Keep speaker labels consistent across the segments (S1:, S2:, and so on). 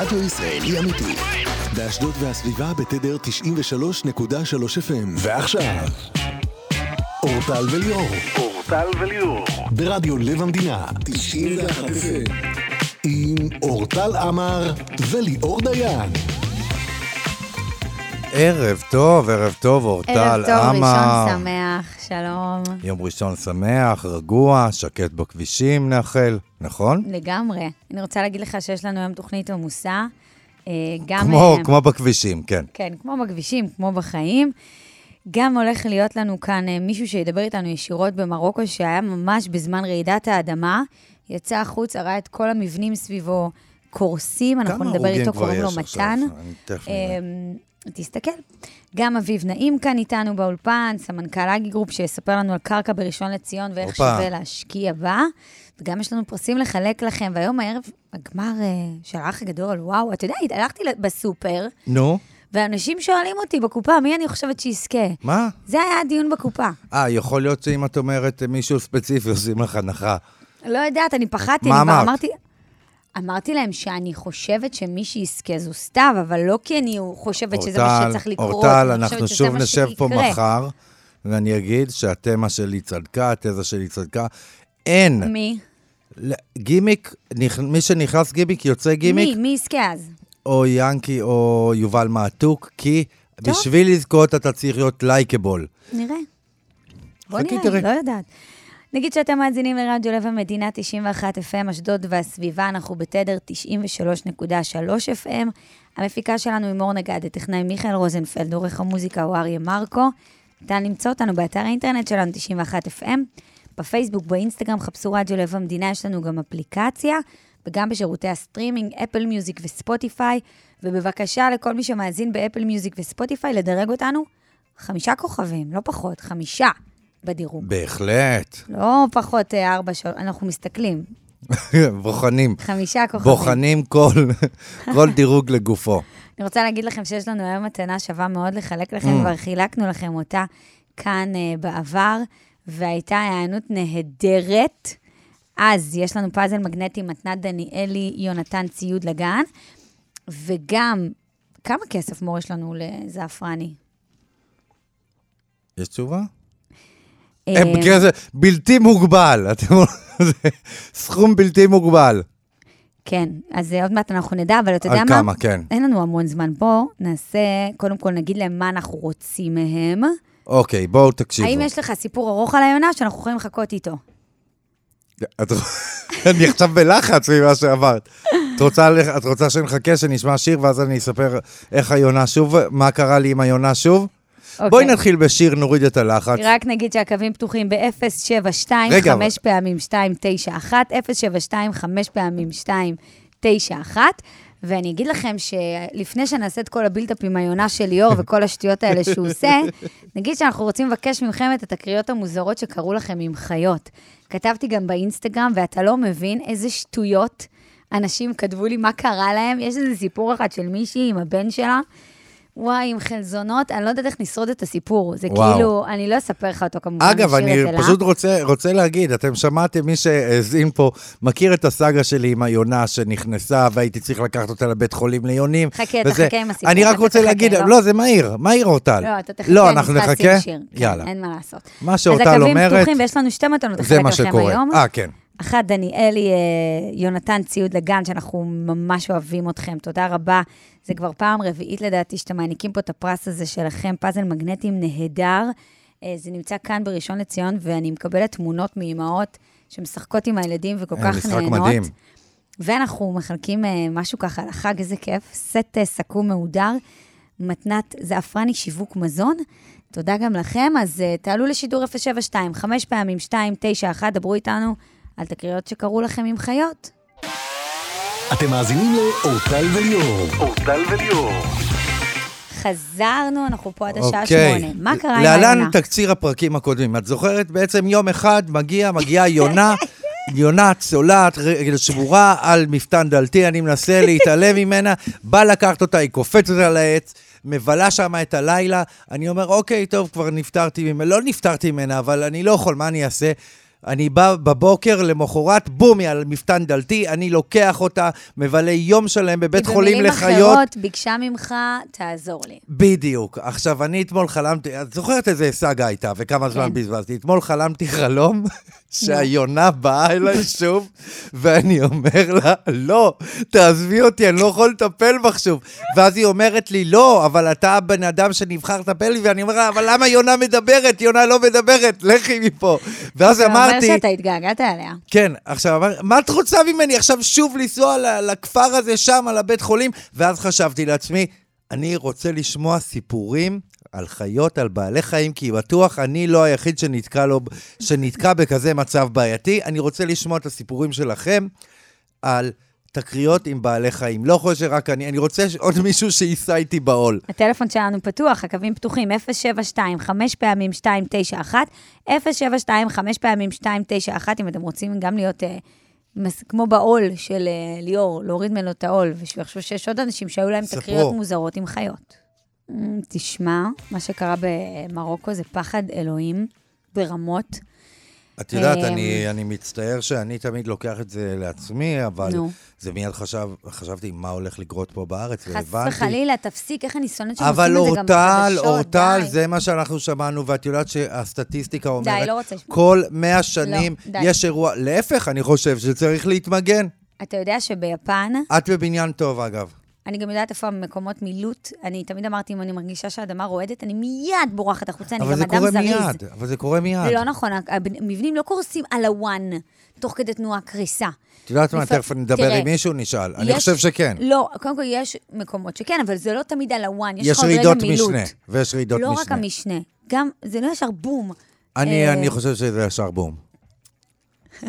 S1: רדיו ישראלי אמיתי. באשדוד והסביבה בתדר 93.3 FM. ועכשיו, אורטל וליאור.
S2: אורטל וליאור.
S1: ברדיו לב המדינה. 91 FM. עם אורטל עמר וליאור דיין.
S3: ערב טוב, ערב טוב, אורטל,
S4: ערב
S3: עמר.
S4: טוב, ראשון שמח, שלום.
S3: יום ראשון שמח, רגוע, שקט בכבישים נאחל, נכון?
S4: לגמרי. אני רוצה להגיד לך שיש לנו היום תוכנית עמוסה. אה, גם...
S3: כמו,
S4: אה,
S3: כמו בכבישים, כן.
S4: כן, כמו בכבישים, כמו בחיים. גם הולך להיות לנו כאן אה, מישהו שידבר איתנו ישירות במרוקו, שהיה ממש בזמן רעידת האדמה. יצא החוצה, ראה את כל המבנים סביבו קורסים, אנחנו
S3: כמה
S4: נדבר
S3: הרוגים
S4: איתו,
S3: כבר
S4: קוראים לו
S3: יש עכשיו?
S4: מתן.
S3: אני תכף נראה.
S4: אמ, תסתכל. גם אביב נעים כאן איתנו באולפן, סמנכ"ל אגי גרופ, שיספר לנו על קרקע בראשון לציון ואיך
S3: הופה.
S4: שווה להשקיע בה. וגם יש לנו פרסים לחלק לכם, והיום הערב הגמר אה, של האח הגדול, וואו, אתה יודע, הלכתי ל- בסופר,
S3: נו,
S4: ואנשים שואלים אותי בקופה, מי אני חושבת שיזכה?
S3: מה?
S4: זה היה הדיון בקופה.
S3: אה, יכול להיות שאם את אומרת מישהו ספציפי, עושים לך הנחה.
S4: לא יודעת, אני פחדתי,
S3: מה
S4: אני כבר
S3: אמרת?
S4: אמרתי... אמרתי להם שאני חושבת שמי שיזכה זו סתיו, אבל לא כי אני חושבת שזה מה שצריך לקרות.
S3: אורטל,
S4: אני חושבת
S3: אנחנו
S4: שזה
S3: שוב
S4: מה
S3: נשב פה
S4: שיקרה.
S3: מחר, ואני אגיד שהתמה שלי צדקה, התזה שלי צדקה. אין.
S4: מי?
S3: ל- גימיק, נכ- מי שנכנס גימיק יוצא גימיק,
S4: מי? מי יזכה אז?
S3: או ינקי או יובל מעתוק, כי בשביל לזכות אתה צריך להיות לייקבול.
S4: נראה. בוא
S3: חכי,
S4: נראה,
S3: תראי.
S4: לא יודעת. נגיד שאתם מאזינים לרדיו לב המדינה 91 FM, אשדוד והסביבה, אנחנו בתדר 93.3 FM. המפיקה שלנו היא מור נגד, הטכנאי מיכאל רוזנפלד, עורך המוזיקה הוא אריה מרקו. ניתן למצוא אותנו באתר האינטרנט שלנו 91 FM. בפייסבוק, באינסטגרם, חפשו רדיו לב המדינה, יש לנו גם אפליקציה, וגם בשירותי הסטרימינג, אפל מיוזיק וספוטיפיי. ובבקשה לכל מי שמאזין באפל מיוזיק וספוטיפיי, לדרג אותנו חמישה כוכבים, לא פחות, חמישה בדירוג.
S3: בהחלט.
S4: לא פחות אה, ארבע שעות, אנחנו מסתכלים.
S3: בוחנים.
S4: חמישה כוכבים.
S3: בוחנים כל, כל דירוג לגופו.
S4: אני רוצה להגיד לכם שיש לנו היום מתנה שווה מאוד לחלק לכם,
S3: Mm.
S4: כבר חילקנו לכם אותה כאן אה, בעבר, והייתה היענות נהדרת. אז יש לנו פאזל מגנטי, מתנת דניאלי, יונתן ציוד לגן, וגם, כמה כסף מור יש לנו לזעפרני?
S3: יש תשובה?
S4: אה,
S3: אה, כזה בלתי מוגבל. אתם... זה סכום בלתי מוגבל.
S4: כן, אז אה, עוד מעט אנחנו נדע, אבל אתה יודע
S3: על
S4: מה?
S3: כמה, כן.
S4: אין לנו המון זמן. בוא נעשה, קודם כל נגיד להם מה אנחנו רוצים מהם.
S3: אוקיי, בואו תקשיבו.
S4: האם יש לך סיפור ארוך על היונה שאנחנו יכולים לחכות איתו?
S3: את... אני עכשיו בלחץ ממה שאמרת. את רוצה, לח- את רוצה שנחכה, שנשמע שיר, ואז אני אספר איך היונה שוב, מה קרה לי עם היונה שוב?
S4: אוקיי.
S3: בואי נתחיל בשיר, נוריד את הלחץ.
S4: רק נגיד שהקווים פתוחים ב-072,
S3: רגע,
S4: 5 פעמים 291, 072, 5 פעמים 291. ואני אגיד לכם שלפני שנעשה את כל הבילדאפ עם היונה של ליאור וכל השטויות האלה שהוא עושה, נגיד שאנחנו רוצים לבקש מכם את התקריות המוזרות שקרו לכם עם חיות. כתבתי גם באינסטגרם, ואתה לא מבין איזה שטויות אנשים כתבו לי, מה קרה להם. יש איזה סיפור אחד של מישהי עם הבן שלה, וואי, עם חלזונות, אני לא יודעת איך נשרוד את הסיפור. זה
S3: וואו.
S4: כאילו, אני לא אספר לך אותו כמובן,
S3: אגב,
S4: נשאיר
S3: אני
S4: את זה לה.
S3: פשוט רוצה, רוצה להגיד, אתם שמעתם, מי שהאזין פה, מכיר את הסאגה שלי עם היונה שנכנסה, והייתי צריך לקחת אותה לבית חולים ליונים.
S4: חכה, אתה
S3: וזה-
S4: חכה עם הסיפור,
S3: אני רק
S4: אתה
S3: רוצה
S4: תחכה,
S3: להגיד,
S4: לא?
S3: לא, זה מהיר, מהיר אורטל.
S4: לא, אתה תחכה,
S3: לא,
S4: אני
S3: אנחנו
S4: צריכה
S3: נחכה?
S4: לשים שיר. כן,
S3: יאללה.
S4: אין מה לעשות.
S3: מה שאורטל
S4: אז הקווים
S3: אומרת-
S4: פתוחים, ויש לנו שתי מתנות
S3: זה
S4: לחלק
S3: מה
S4: לכם
S3: שקורה.
S4: היום.
S3: אה, כן.
S4: אחת, דניאלי, אה, יונתן ציוד לגן, שאנחנו ממש אוהבים אתכם, תודה רבה. זה כבר פעם רביעית לדעתי שאתם מעניקים פה את הפרס הזה שלכם, פאזל מגנטים נהדר. אה, זה נמצא כאן בראשון לציון, ואני מקבלת תמונות מאימהות שמשחקות עם הילדים וכל
S3: אה,
S4: כך
S3: משחק
S4: נהנות.
S3: מדהים.
S4: ואנחנו מחלקים אה, משהו ככה לחג, איזה כיף, סט אה, סכו"ם מהודר, מתנת זעפרני שיווק מזון. תודה גם לכם, אז אה, תעלו לשידור 072, חמש פעמים 291, דברו איתנו על תקריות שקרו לכם עם חיות.
S1: אתם מאזינים לאורטל וליאור.
S2: אורטל וליאור.
S4: חזרנו, אנחנו פה עד השעה
S3: אוקיי.
S4: שמונה. מה קרה עם
S3: להלן
S4: העונה?
S3: תקציר הפרקים הקודמים. את זוכרת? בעצם יום אחד מגיע, מגיעה יונה, יונה צולעת, רגל שבורה על מפתן דלתי, אני מנסה להתעלם ממנה, בא לקחת אותה, היא קופצת על העץ. מבלה שם את הלילה, אני אומר, אוקיי, טוב, כבר נפטרתי ממנה, לא נפטרתי ממנה, אבל אני לא יכול, מה אני אעשה? אני בא בבוקר, למחרת, בום, היא על מפתן דלתי, אני לוקח אותה, מבלה יום שלם בבית חולים
S4: כי
S3: לחיות.
S4: במילים אחרות, ביקשה ממך, תעזור לי.
S3: בדיוק. עכשיו, אני אתמול חלמתי, את זוכרת איזה סאגה הייתה וכמה זמן בזבזתי? אתמול חלמתי חלום שהיונה באה אליי שוב, ואני אומר לה, לא, תעזבי אותי, אני לא יכול לטפל בך שוב. ואז היא אומרת לי, לא, אבל אתה הבן אדם שנבחר לטפל בי, ואני אומר לה, אבל למה יונה מדברת? יונה לא מדברת, לכי מפה. ואז אמרתי...
S4: אתה אומר שאתה התגעגעת אליה.
S3: כן, עכשיו, אמר, מה את רוצה ממני עכשיו שוב לנסוע ל- לכפר הזה שם, על הבית חולים? ואז חשבתי לעצמי, אני רוצה לשמוע סיפורים על חיות, על בעלי חיים, כי בטוח אני לא היחיד שנתקע, לו, שנתקע בכזה מצב בעייתי. אני רוצה לשמוע את הסיפורים שלכם על תקריות עם בעלי חיים. לא יכול שרק אני, אני רוצה ש- עוד מישהו שיישא איתי בעול.
S4: הטלפון שלנו פתוח, הקווים פתוחים, 072 5 פעמים 291, 072 5 פעמים 291, אם אתם רוצים גם להיות אה, מס- כמו בעול של אה, ליאור, להוריד ממנו את העול, ושהוא יחשוב שיש עוד אנשים שהיו להם
S3: ספרו.
S4: תקריות מוזרות עם חיות. Mm, תשמע, מה שקרה במרוקו זה פחד אלוהים ברמות.
S3: את יודעת,
S4: אמ,
S3: אני, אני מצטער שאני תמיד לוקח את זה לעצמי, אבל
S4: נו.
S3: זה מיד חשב, חשבתי מה הולך לקרות פה בארץ,
S4: חס
S3: והבנתי.
S4: וחלילה, תפסיק, איך אני שונאת שהם
S3: אבל
S4: עושים את זה גם
S3: אורטל,
S4: בחדשות,
S3: אורטל,
S4: די.
S3: זה מה שאנחנו שמענו, ואת יודעת שהסטטיסטיקה אומרת,
S4: לא רוצה לשמוע.
S3: כל
S4: לא,
S3: 100 שנים
S4: די.
S3: יש אירוע, להפך, אני חושב שצריך להתמגן.
S4: אתה יודע שביפן...
S3: את בבניין טוב, אגב.
S4: אני גם יודעת איפה המקומות מילוט. אני תמיד אמרתי, אם אני מרגישה שהאדמה רועדת, אני מיד בורחת החוצה, אני
S3: אבל
S4: גם
S3: זה
S4: אדם
S3: קורה
S4: זריז.
S3: מיד, אבל זה קורה מיד.
S4: זה לא נכון, המבנים לא קורסים על הוואן, תוך כדי תנועה קריסה.
S3: את יודעת מה,
S4: לפע-
S3: תכף נדבר
S4: תראה,
S3: עם מישהו, נשאל. אני
S4: יש-
S3: חושב שכן.
S4: לא, קודם כל יש מקומות שכן, אבל זה לא תמיד על הוואן, יש
S3: יש
S4: לך עוד רגע
S3: רעידות
S4: מילוט.
S3: משנה, ויש רעידות
S4: לא רק
S3: משנה.
S4: המשנה, גם, זה לא ישר בום.
S3: אני
S4: אה,
S3: אני חושב שזה ישר בום.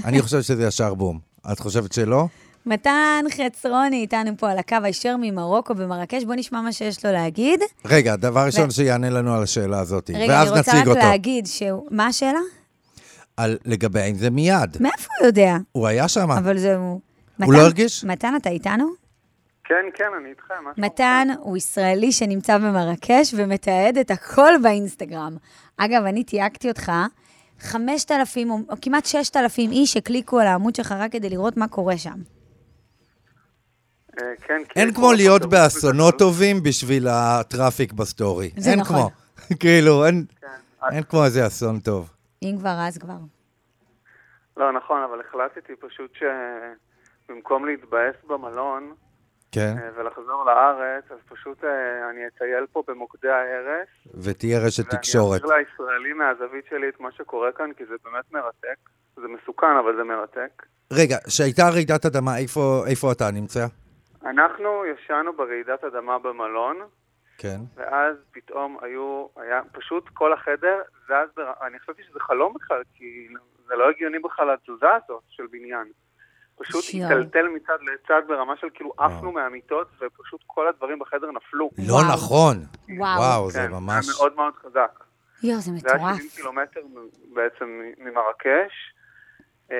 S3: אני חושב שזה ישר בום. את חושבת שלא?
S4: מתן חצרוני איתנו פה על הקו הישר ממרוקו במרקש, בוא נשמע מה שיש לו להגיד.
S3: רגע, דבר ראשון שיענה לנו על השאלה הזאת,
S4: רגע, אני
S3: ואז
S4: רוצה
S3: נציג
S4: רק
S3: אותו.
S4: להגיד שהוא... מה השאלה?
S3: על- לגבי האם זה מיד.
S4: מאיפה הוא יודע?
S3: הוא היה שם.
S4: אבל זה...
S3: אה. הוא לא הרגיש?
S4: מתן, אתה איתנו?
S2: כן, כן, אני איתך, מה שלומך?
S4: מתן הוא ישראלי שנמצא במרקש ומתעד את הכל באינסטגרם. אגב, אני תייגתי אותך, 5,000 או או כמעט 6,000 איש הקליקו על העמוד שלך רק כדי לראות מה קורה שם.
S2: אה, כן, כי
S3: אין
S2: יש
S3: כמו
S2: פה
S3: להיות
S2: תירוץ
S3: באסונות
S2: בגדול.
S3: טובים בשביל הטראפיק בסטורי.
S4: זה
S3: אין
S4: נכון.
S3: כמו. כאילו, אין-
S2: כן,
S3: אין כמו איזה אסון טוב.
S4: אם כבר, אז כבר.
S2: לא, נכון, אבל החלטתי פשוט שבמקום להתבאס במלון
S3: כן.
S2: אה, ולחזור לארץ, אז פשוט אה, אני אטייל פה במוקדי ההרס.
S3: ותהיה רשת
S2: כן. ואני
S3: תקשורת.
S2: אעביר לישראלי מהזווית שלי את מה שקורה כאן, כי זה באמת מרתק. זה מסוכן, אבל זה מרתק.
S3: רגע, כשהייתה רעידת אדמה, איפה- איפה אתה נמצא?
S2: אנחנו ישנו ברעידת אדמה במלון,
S3: כן.
S2: ואז פתאום היו, היה פשוט כל החדר זז, בר... אני חשבתי שזה חלום בכלל, כי זה לא הגיוני בכלל התזוזה הזאת של בניין. פשוט
S4: יואו.
S2: היטלטל מצד לצד ברמה של כאילו עפנו מהמיטות, ופשוט כל הדברים בחדר נפלו.
S3: לא
S4: וואו.
S3: נכון.
S4: וואו.
S3: וואו, זה
S2: כן,
S3: ממש...
S2: היה מאוד מאוד חזק.
S4: יואו, זה
S2: זה היה
S4: מטורף.
S2: 70 קילומטר מ- בעצם מ- ממרקש, אה,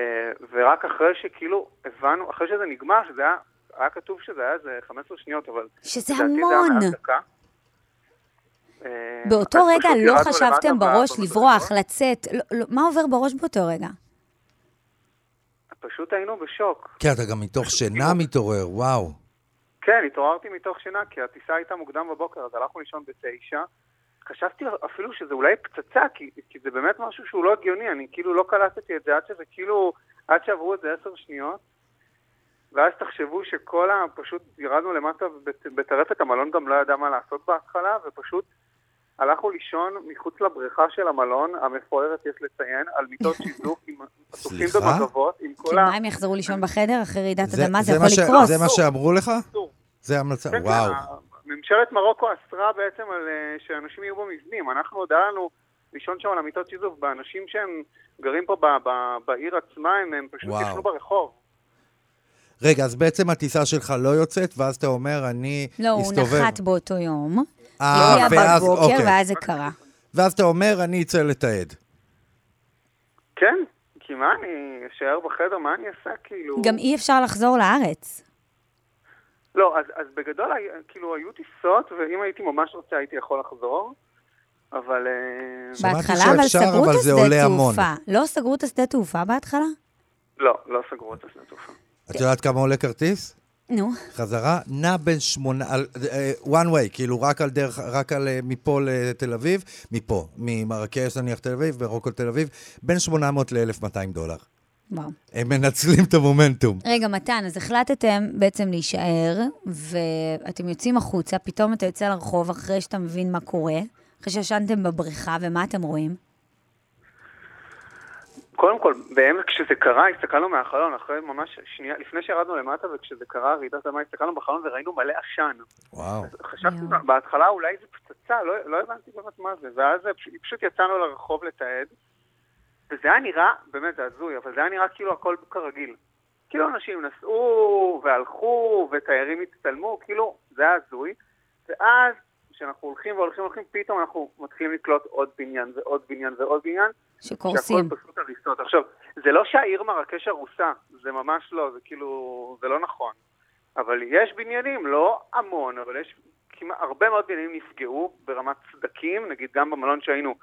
S2: ורק אחרי שכאילו הבנו, אחרי שזה נגמר, שזה היה, היה כתוב שזה היה איזה 15 שניות, אבל...
S4: שזה
S2: לדעתי זה היה
S4: המון.
S2: מעל דקה. אה,
S4: באותו
S2: אז
S4: רגע
S2: פשוט
S4: לא
S2: ירדנו
S4: חשבתם
S2: למטה
S4: בראש
S2: במדרגות.
S4: לברוח, לצאת, לא- לא- מה עובר בראש באותו רגע?
S2: פשוט היינו בשוק.
S3: כן, אתה גם מתוך שינה מתעורר, וואו.
S2: כן, התעוררתי מתוך שינה, כי הטיסה הייתה מוקדם בבוקר, אז הלכנו לישון בתשע. חשבתי אפילו שזה אולי פצצה, כי, כי זה באמת משהו שהוא לא הגיוני, אני כאילו לא קלטתי את זה עד שזה כאילו, עד שעברו איזה עשר שניות. ואז תחשבו שכל ה... פשוט ירדנו למטה בת- בטרפת, המלון גם לא ידע מה לעשות בהתחלה, ופשוט הלכנו לישון מחוץ לבריכה של המלון, המפוארת, יש לציין, על מיטות שיזוף, עם עטופים
S3: סליחה?
S2: במגבות, עם
S4: כי
S2: כל ה...
S4: מה, הם יחזרו לישון בחדר אחרי רעידת
S3: זה-
S4: אדמה? זה
S3: זה
S4: יכול
S3: מה ש-
S4: לקרוס.
S3: זה מה שאמרו לך?
S2: אסור.
S3: זה המלצה,
S2: כן,
S3: וואו.
S2: כן, ממשלת מרוקו אסרה בעצם על אה, שאנשים יהיו במבנים. אנחנו עוד היה לנו לישון שם על המיטות שיזוף, באנשים שהם גרים פה ב- ב- בעיר עצמה, הם, הם פשוט
S3: וואו.
S2: ישנו ברחוב.
S3: רגע, אז בעצם הטיסה שלך לא יוצאת, ואז אתה אומר, אני
S4: לא, הוא
S3: אסתובב.
S4: נחת באותו יום.
S3: אה,
S4: הגיע
S3: ואז-
S4: בבוקר,
S3: אוקיי.
S4: ואז זה קרה.
S3: ואז אתה אומר, אני אצא לתעד.
S2: כן, כי מה אני אשאר בחדר, מה אני אעשה כאילו?
S4: גם אי אפשר לחזור לארץ.
S2: לא, אז, אז בגדול, הי- כאילו, היו טיסות, ואם הייתי ממש רוצה, הייתי יכול לחזור. אבל... אה,
S3: שמעתי
S4: בהתחלה, אבל
S3: שאפשר,
S4: סגרו
S3: אבל
S4: את
S3: זה
S4: השדה
S3: עולה המון.
S4: תעופה. לא סגרו את השדה תעופה בהתחלה?
S2: לא, לא סגרו את השדה תעופה.
S3: את יודעת כמה עולה כרטיס?
S4: נו.
S3: חזרה, נע בין שמונה, על, אה, one way, כאילו רק על דרך, רק על אה, מפה לתל אביב, מפה, ממרקש נניח תל אביב, מרוקו לתל אביב, בין 800 ל-1200 דולר.
S4: וואו.
S3: הם מנצלים את המומנטום.
S4: רגע, מתן, אז החלטתם בעצם להישאר, ואתם יוצאים החוצה, פתאום אתה יוצא לרחוב אחרי שאתה מבין מה קורה, אחרי שישנתם בבריכה, ומה אתם רואים?
S2: קודם כל, באמת כשזה קרה, הסתכלנו מהחלון, אחרי ממש שנייה, לפני שירדנו למטה וכשזה קרה, רעידת המים, הסתכלנו בחלון וראינו מלא עשן.
S3: וואו.
S2: חשבתי
S4: יואו.
S2: בהתחלה אולי זה פצצה, לא, לא הבנתי באמת מה זה, ואז פשוט, פשוט יצאנו לרחוב לתעד, וזה היה נראה, באמת זה הזוי, אבל זה היה נראה כאילו הכל כרגיל. כאילו אנשים נסעו והלכו ותיירים הצטלמו, כאילו זה היה הזוי, ואז כשאנחנו הולכים והולכים והולכים, פתאום אנחנו מתחילים לקלוט עוד בניין ועוד בניין ועוד בניין,
S4: שקורסים.
S2: שהכל פשוט הריסות. עכשיו, זה לא שהעיר מרקש הרוסה, זה ממש לא, זה כאילו, זה לא נכון. אבל יש בניינים, לא המון, אבל יש כמעט, הרבה מאוד בניינים נפגעו ברמת סדקים, נגיד גם במלון שהיינו,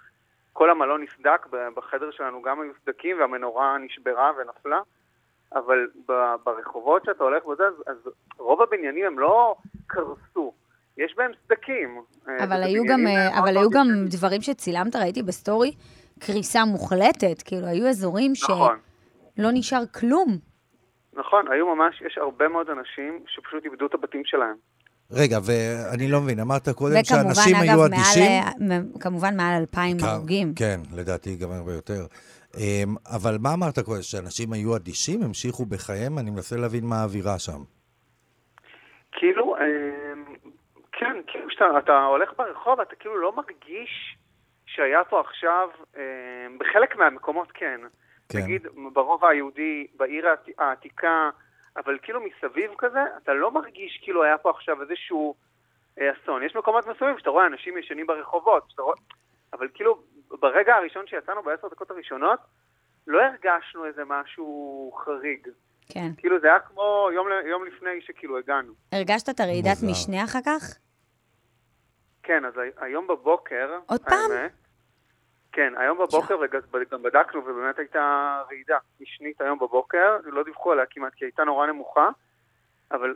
S2: כל המלון נסדק, ב- בחדר שלנו גם היו סדקים והמנורה נשברה ונפלה, אבל ב- ברחובות שאתה הולך וזה, אז, אז רוב הבניינים הם לא קרסו, יש בהם סדקים. אה,
S4: אבל
S2: זה
S4: היו גם,
S2: בניינים
S4: אה,
S2: מאוד
S4: אבל
S2: מאוד
S4: היו גם
S2: ישנים.
S4: דברים שצילמת, ראיתי בסטורי, קריסה מוחלטת, כאילו, היו אזורים
S2: נכון.
S4: שלא נשאר כלום.
S2: נכון, היו ממש, יש הרבה מאוד אנשים שפשוט איבדו את הבתים שלהם.
S3: רגע, ואני לא מבין, אמרת קודם
S4: וכמובן,
S3: שאנשים היו
S4: אגב, מעל,
S3: אדישים?
S4: אה, מ- כמובן מעל אלפיים
S3: כן,
S4: הרוגים.
S3: כן, לדעתי גם הרבה יותר. אמ, אבל מה אמרת קודם? שאנשים היו אדישים, המשיכו בחייהם? אני מנסה להבין מה האווירה שם.
S2: כאילו, אמ, כן, כאילו כשאתה אתה הולך ברחוב, אתה כאילו לא מרגיש שהיה פה עכשיו, אמ, בחלק מהמקומות כן.
S3: כן.
S2: נגיד, ברובע היהודי, בעיר העתי- העתיקה, אבל כאילו מסביב כזה, אתה לא מרגיש כאילו היה פה עכשיו איזשהו אה, אסון. יש מקומות מסוימים שאתה רואה אנשים ישנים ברחובות, שאתה רואה... אבל כאילו, ברגע הראשון שיצאנו, בעשר דקות הראשונות, לא הרגשנו איזה משהו חריג.
S4: כן.
S2: כאילו, זה היה כמו יום, ל- יום לפני שכאילו הגענו.
S4: הרגשת את הרעידת
S3: מוזר.
S4: משנה אחר כך?
S2: כן, אז הי- היום בבוקר...
S4: עוד פעם?
S2: האמת, כן, היום בבוקר, וגם בדקנו, ובאמת הייתה רעידה משנית היום בבוקר, לא דיווחו עליה כמעט, כי הייתה נורא נמוכה, אבל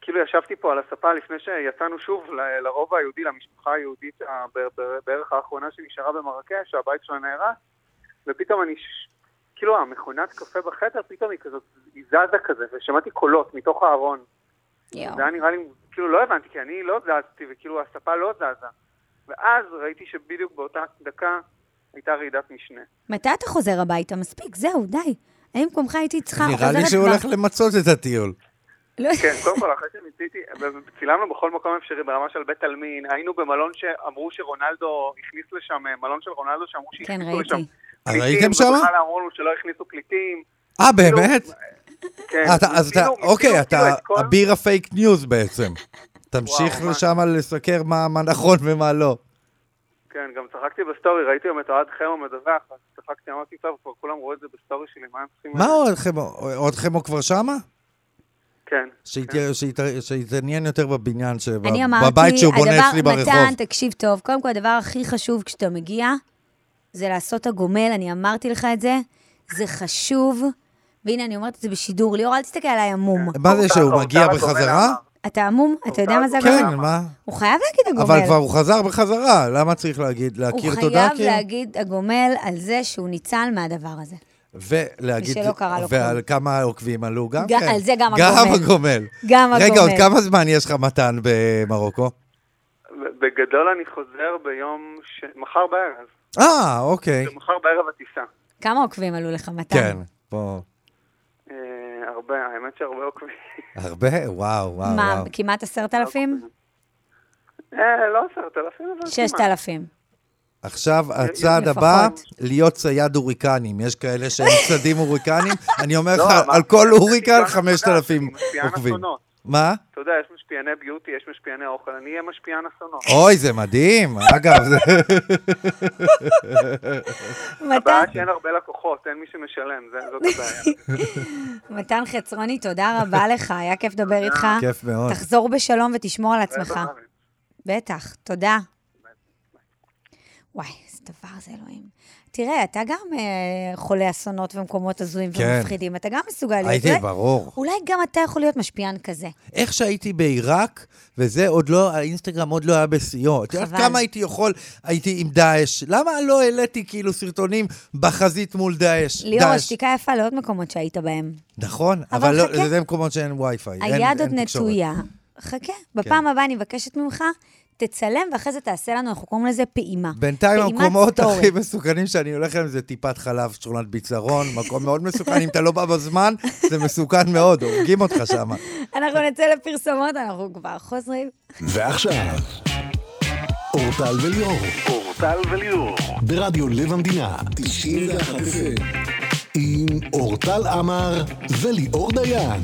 S2: כאילו ישבתי פה על הספה לפני שיצאנו שוב ל- לרובע היהודי, למשפחה היהודית אה, ב- ב- בערך האחרונה שנשארה במרקש, שהבית שלה נהרס, ופתאום אני... ש- כאילו המכונת קפה בחדר, פתאום היא כזאת, היא זזה כזה, ושמעתי קולות מתוך הארון.
S4: יואו.
S2: זה היה נראה לי, כאילו לא הבנתי, כי אני לא זזתי, וכאילו הספה לא זזה. ואז ראיתי שבדיוק באותה דקה הייתה רעידת משנה.
S4: מתי אתה חוזר הביתה? מספיק, זהו, די. אני במקומך הייתי צריכה,
S3: נראה לי
S4: חוזרת
S3: שהוא
S4: כבר.
S3: הולך למצות את הטיול.
S4: לא-
S2: כן, קודם כל, אחרי שניסיתי, צילמנו בכל מקום אפשרי, ברמה של בית עלמין, היינו במלון שאמרו שרונלדו הכניס לשם, אה, מלון של רונלדו שאמרו
S4: כן,
S2: שהכניסו לשם.
S4: ראיתי.
S3: אז
S2: פליטים,
S3: הייתם שם?
S2: ובכלל אמרו לנו שלא הכניסו פליטים.
S3: אה, באמת?
S2: כן,
S3: אה, אתה- אז אתה,
S2: ניסינו- ניסינו
S3: אוקיי, אתה
S2: כאילו את כל-
S3: אביר הפייק ניוז בעצם. תמשיך
S2: וואו, ממש.
S3: לשם לסקר מה מה נכון ומה לא.
S2: כן, גם צחקתי בסטורי, ראיתי היום את אוהד חמו מדווח, אז צחקתי, אמרתי, טוב, כבר כולם ראו את זה בסטורי שלי, מה הם צריכים...
S3: מה עוד חמו? עוד חמו כבר שמה?
S2: כן.
S3: שית- שית- שיתעניין יותר בבניין, שב-
S4: אני אמרתי,
S3: בבית שהוא בונה
S4: הדבר-
S3: אצלי ברחוב.
S4: מתן, תקשיב טוב, קודם כל, הדבר הכי חשוב כשאתה מגיע, זה לעשות את הגומל, אני אמרתי לך את זה, זה חשוב. והנה, אני אומרת את זה בשידור. ליאור, אל תסתכל עליי עמום.
S3: מה זה שהוא
S2: האוצר
S3: מגיע
S2: הגובל
S3: בחזרה?
S2: אמר.
S4: אתה עמום? אתה יודע מה זה
S2: כן.
S4: הגומל?
S3: כן, מה?
S4: הוא חייב להגיד הגומל.
S3: אבל כבר הוא חזר בחזרה, למה צריך להגיד? להכיר
S4: הוא
S3: תודה?
S4: חייב
S3: כאילו?
S4: להגיד הגומל על זה שהוא ניצל מהדבר הזה.
S3: ולהגיד,
S4: ושלא קרה לו
S3: ועל
S4: כלום.
S3: כמה עוקבים עלו גם
S4: גם-
S3: כן.
S4: על זה גם
S3: גם
S4: הגומל.
S3: הגומל.
S4: גם
S3: רגע,
S4: הגומל.
S3: עוד כמה זמן יש לך מתן במרוקו?
S2: בגדול אני חוזר ביום, ש... מחר בערב.
S3: אה, אוקיי.
S2: מחר בערב הטיסה.
S4: כמה עוקבים עלו לך, מתן?
S3: כן, פה.
S2: אה, הרבה, האמת שהרבה עוקבים.
S3: הרבה? וואו, וואו,
S4: מה,
S3: וואו.
S4: כמעט עשרת אלפים?
S2: אה, לא עשרת אלפים, אבל...
S4: ששת
S2: כמעט.
S4: אלפים.
S3: עכשיו, הצעד הבא,
S4: לפחות.
S3: להיות צייד הוריקנים. יש כאלה שהם צדים הוריקנים. אני אומר
S2: לא,
S3: לך,
S2: אמרתי,
S3: על כל הוריקן
S2: משפיען
S3: 5,000
S2: אסונות, משפיען
S3: עוקבים.
S2: אסונות.
S3: מה?
S2: אתה יודע, יש משפיעני ביוטי, יש משפיעני אוכל, אני אהיה משפיען אסונות.
S3: אוי, זה מדהים. אגב, זה...
S2: הבעיה
S4: מתן-
S2: שאין הרבה לקוחות, אין מי שמשלם, זה- זאת הבעיה.
S4: מתן חצרוני, תודה רבה לך, היה כיף לדבר איתך.
S3: כיף מאוד.
S4: תחזור בשלום ותשמור על עצמך. בטח, תודה. וואי, איזה דבר זה אלוהים. תראה, אתה גם אה, חולה אסונות ומקומות הזויים
S3: כן.
S4: ומפחידים, אתה גם מסוגל להיות.
S3: הייתי,
S4: אולי-
S3: ברור.
S4: אולי גם אתה יכול להיות משפיען כזה.
S3: איך שהייתי בעיראק, וזה עוד לא, האינסטגרם עוד לא היה בשיאו. את יודעת
S4: חבל.
S3: כמה הייתי יכול, הייתי עם דאעש. למה לא העליתי כאילו סרטונים בחזית מול דאעש?
S4: ליאור,
S3: דאעש.
S4: השתיקה יפה לעוד מקומות שהיית בהם.
S3: נכון, אבל,
S4: אבל
S3: לא,
S4: חכה.
S3: זה- זה מקומות שאין וי-פיי. אין-
S4: היד עוד
S3: אין תקשורת. כן.
S4: נטויה. חכה, בפעם הבאה אני מבקשת ממך, תצלם ואחרי זה תעשה לנו, אנחנו קוראים לזה פעימה.
S3: בינתיים
S4: פעימת
S3: המקומות
S4: סטורי.
S3: הכי מסוכנים שאני הולך אליהם זה טיפת חלב, שכונת ביצרון, מקום מאוד מסוכן, אם אתה לא בא בזמן, זה מסוכן מאוד, הורגים אותך שם.
S4: אנחנו נצא לפרסומות, אנחנו כבר חוזרים.
S1: ועכשיו, אורטל וליאור,
S5: אורטל וליאור.
S1: ברדיו לב המדינה, 91 FM, עם אורטל עמר וליאור דיין.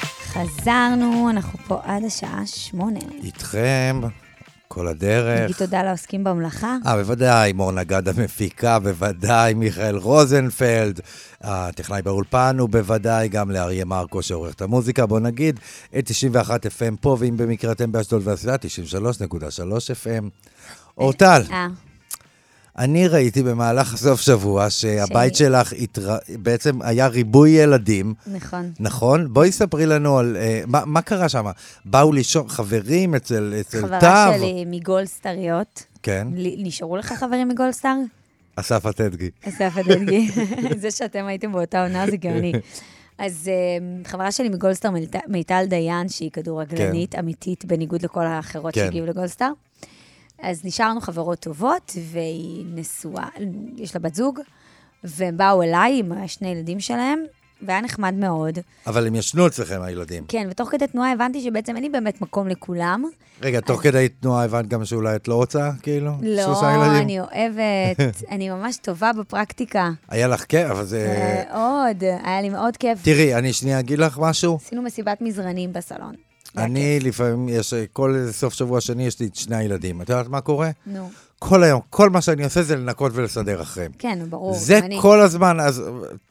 S4: חזרנו, אנחנו פה עד השעה שמונה.
S3: איתכם, כל הדרך.
S4: נגיד תודה לעוסקים במלאכה.
S3: אה, בוודאי, מור נגד המפיקה, בוודאי, מיכאל רוזנפלד, הטכנאי באולפן, ובוודאי גם לאריה מרקו שעורך את המוזיקה. בוא נגיד, את 91 FM פה, ואם במקרה אתם באשדוד והסביבה, 93.3 FM. אורטל,
S4: אה,
S3: אני ראיתי במהלך הסוף שבוע
S4: אוקיי.
S3: שהבית שלך התר... בעצם היה ריבוי ילדים.
S4: נכון.
S3: נכון? בואי ספרי לנו על... אה, מה, מה קרה שם? באו לישון חברים אצל, אצל תו?
S4: חברה שלי מגולדסטריות.
S3: כן.
S4: ל- נשארו לך חברים מגולדסטר?
S3: אסף עתדגי.
S4: אסף הדדגי. זה שאתם הייתם באותה עונה זה גאוני. אז אה, חברה שלי מגולדסטאר, מיטל- מיטל דיין, שהיא כדורגלנית אמיתית, בניגוד לכל האחרות
S3: כן.
S4: שהגיעו לגולדסטאר. אז נשארנו חברות טובות, והיא נשואה, יש לה בת זוג, והם באו אליי עם שני ילדים שלהם, והיה נחמד מאוד.
S3: אבל הם ישנו אצלכם, הילדים.
S4: כן, ותוך כדי תנועה הבנתי שבעצם אין לי באמת מקום לכולם.
S3: רגע, תוך כדי תנועה הבנת גם שאולי את לא רוצה, כאילו?
S4: לא,
S3: שלושה ילדים?
S4: אני אוהבת, אני ממש טובה בפרקטיקה.
S3: היה לך כיף, אבל זה...
S4: אה. מאוד, היה לי מאוד כיף.
S3: תראי, אני שנייה אגיד לך משהו.
S4: עשינו מסיבת מזרנים בסלון. זה היה
S3: אני לפעמים, יש כל איזה סוף שבוע שני, יש לי את שני הילדים. את יודעת מה קורה?
S4: כיף. נו,
S3: כל היום, כל מה שאני עושה זה לנקות ולסדר אחריהם.
S4: כן, ברור.
S3: זה
S4: אני-
S3: כל הזמן, אז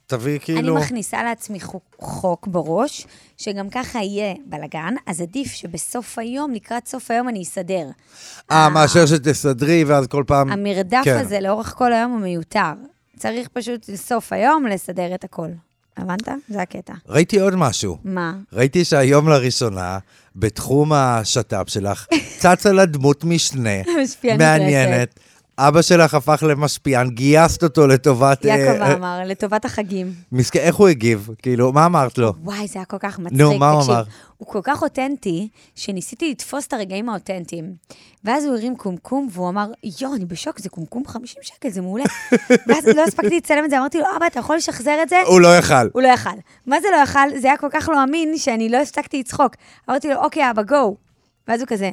S3: תביאי
S4: אני
S3: כאילו...
S4: מכניסה לעצמי חוק- חוק בראש, שגם ככה יהיה בלאגן, אז עדיף שבסוף היום, לקראת סוף היום, אני אסדר.
S3: אה, מאשר שתסדרי, ואז כל פעם...
S4: המרדף
S3: כן.
S4: הזה לאורך כל היום הוא מיותר. צריך פשוט לסוף היום לסדר את הכל. הבנת? זה הקטע.
S3: ראיתי עוד משהו.
S4: מה?
S3: ראיתי שהיום לראשונה, בתחום השת"פ שלך, צצה לה דמות משנה
S4: משפיענית
S3: מעניינת. אבא שלך הפך למשפיען, גייסת אותו לטובת... אה,
S4: יעקב
S3: אה,
S4: אמר, לטובת החגים.
S3: מסכן, איך הוא הגיב? כאילו, מה אמרת לו?
S4: וואי, זה היה כל כך מצחיק.
S3: נו, מה הוא
S4: תקשיב,
S3: אמר?
S4: הוא כל כך אותנטי, שניסיתי לתפוס את הרגעים האותנטיים. ואז הוא הרים קומקום, והוא אמר, יואו, אני בשוק, זה קומקום 50 שקל, זה מעולה. ואז לא הספקתי לצלם את זה, אמרתי לו, אבא, אתה יכול לשחזר את זה?
S3: הוא לא יכל.
S4: הוא לא יכל. מה זה לא יכל? זה היה כל כך לא אמין, שאני לא הפסקתי לצחוק. אמרתי לו, אוקיי, אבא, גו. ואז הוא כזה,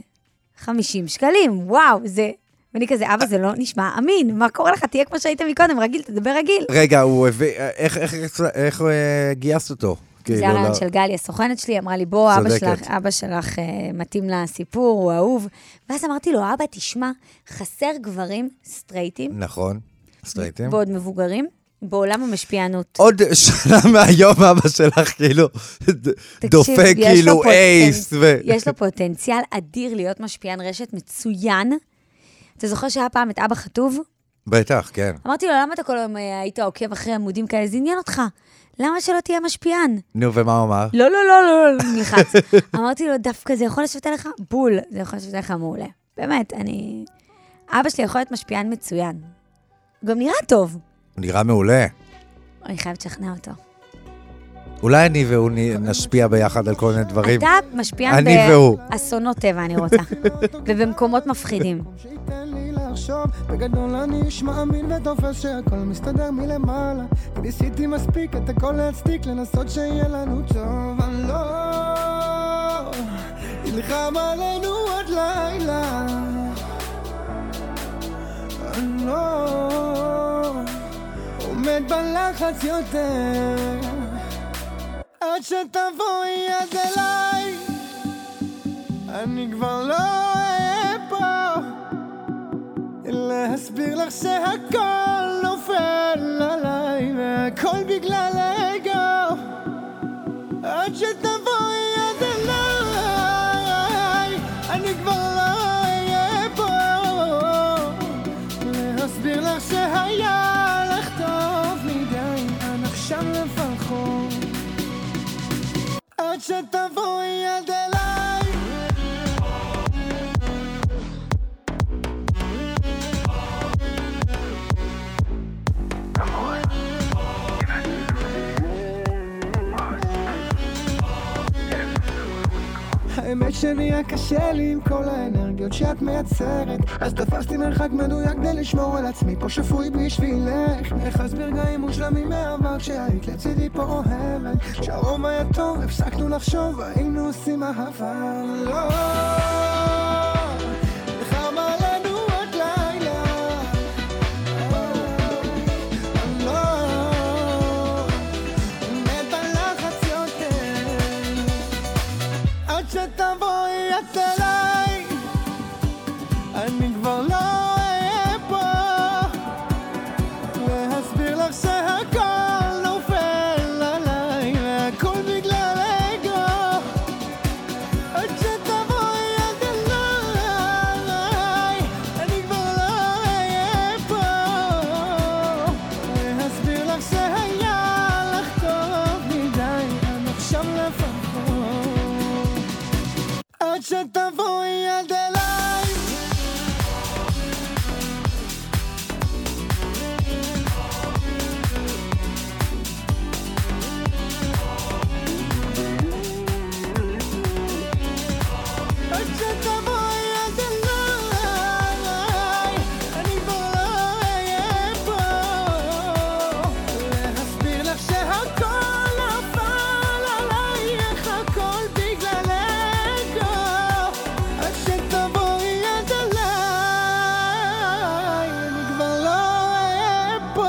S4: 50 שקלים, וואו, זה... ואני כזה, אבא, זה לא נשמע אמין, מה קורה לך? תהיה כמו שהיית מקודם, רגיל, תדבר רגיל.
S3: רגע, הוא הביא... אה, איך- איך- איך- איך אה, גייסת אותו? כאילו,
S4: זה הרעיון
S3: לא-
S4: של גלי, הסוכנת שלי, אמרה לי, בוא, אבא
S3: צודקת.
S4: שלך, אבא שלך אה, מתאים לסיפור, הוא אהוב. ואז אמרתי לו, אבא, תשמע, חסר גברים סטרייטים,
S3: נכון, סטרייטים.
S4: ועוד מבוגרים, בעולם המשפיענות.
S3: עוד שנה מהיום אבא שלך כאילו ד-
S4: תקשיב,
S3: דופק
S4: יש לו
S3: כאילו
S4: פוטנ-
S3: אייס. ו-
S4: יש לו פוטנציאל אדיר להיות משפיען רשת מצוין. אתה זוכר שהיה פעם את אבא חטוב?
S3: בטח, כן.
S4: אמרתי לו, למה אתה כל היום אה, היית עוקב אחרי עמודים כאלה? זה עניין אותך. למה שלא תהיה משפיען?
S3: נו, ומה הוא אמר?
S4: לא, לא, לא, לא, לא, נלחץ. אמרתי לו, דווקא זה יכול לשבת עליך? בול, זה יכול לשבת עליך מעולה. באמת, אני... אבא שלי יכול להיות משפיען מצוין. הוא גם נראה טוב.
S3: הוא נראה מעולה.
S4: אני חייבת לשכנע אותו.
S3: אולי אני והוא נ- נשפיע ביחד על כל מיני דברים.
S4: אתה משפיען
S3: אני והוא.
S4: באסונות טבע, אני רוצה. ובמקומות מפחידים.
S6: שייתן לי לחשוב, בגדול אני איש מאמין ותופס שהכל מסתדר מלמעלה. כי ניסיתי מספיק את הכל להצדיק, לנסות שיהיה לנו טוב, אני לא... נלחם עלינו עד לילה. אני לא... עומד בלחץ יותר, עד שתבואי עד אליי. אני כבר לא אהיה פה להסביר לך שהכל נופל עליי והכל בגלל האגו עד שתבואי עד אליי אני כבר לא אהיה פה עד שתבואי עד אליי האמת שנהיה קשה לי עם כל האנרגיות שאת מייצרת אז תפסתי מרחק מדויק כדי לשמור על עצמי פה שפוי בשבילך נאחז ברגעים מושלמים מהעבר כשהיית לצידי פה אוהבת כשהרוב היה טוב הפסקנו לחשוב היינו עושים אהבה לא חם עלינו עוד לילה אוי, לא מת על לחץ יותר עד שתבואי את אליי אני כבר לא אהיה פה להסביר לך שהכל נופל עליי והכל בגלל אגו עד שתבואי את אליי אני כבר לא אהיה פה להסביר לך שהיה לך טוב מדי גם עכשיו לפחות עד שתבואי עד אליי עד שתבואי עד אליי אני כבר לא אהיה פה להסביר לך שהכל נפל עליי איך הכל בגלל אגו עד שתבואי עד אליי אני כבר לא אהיה פה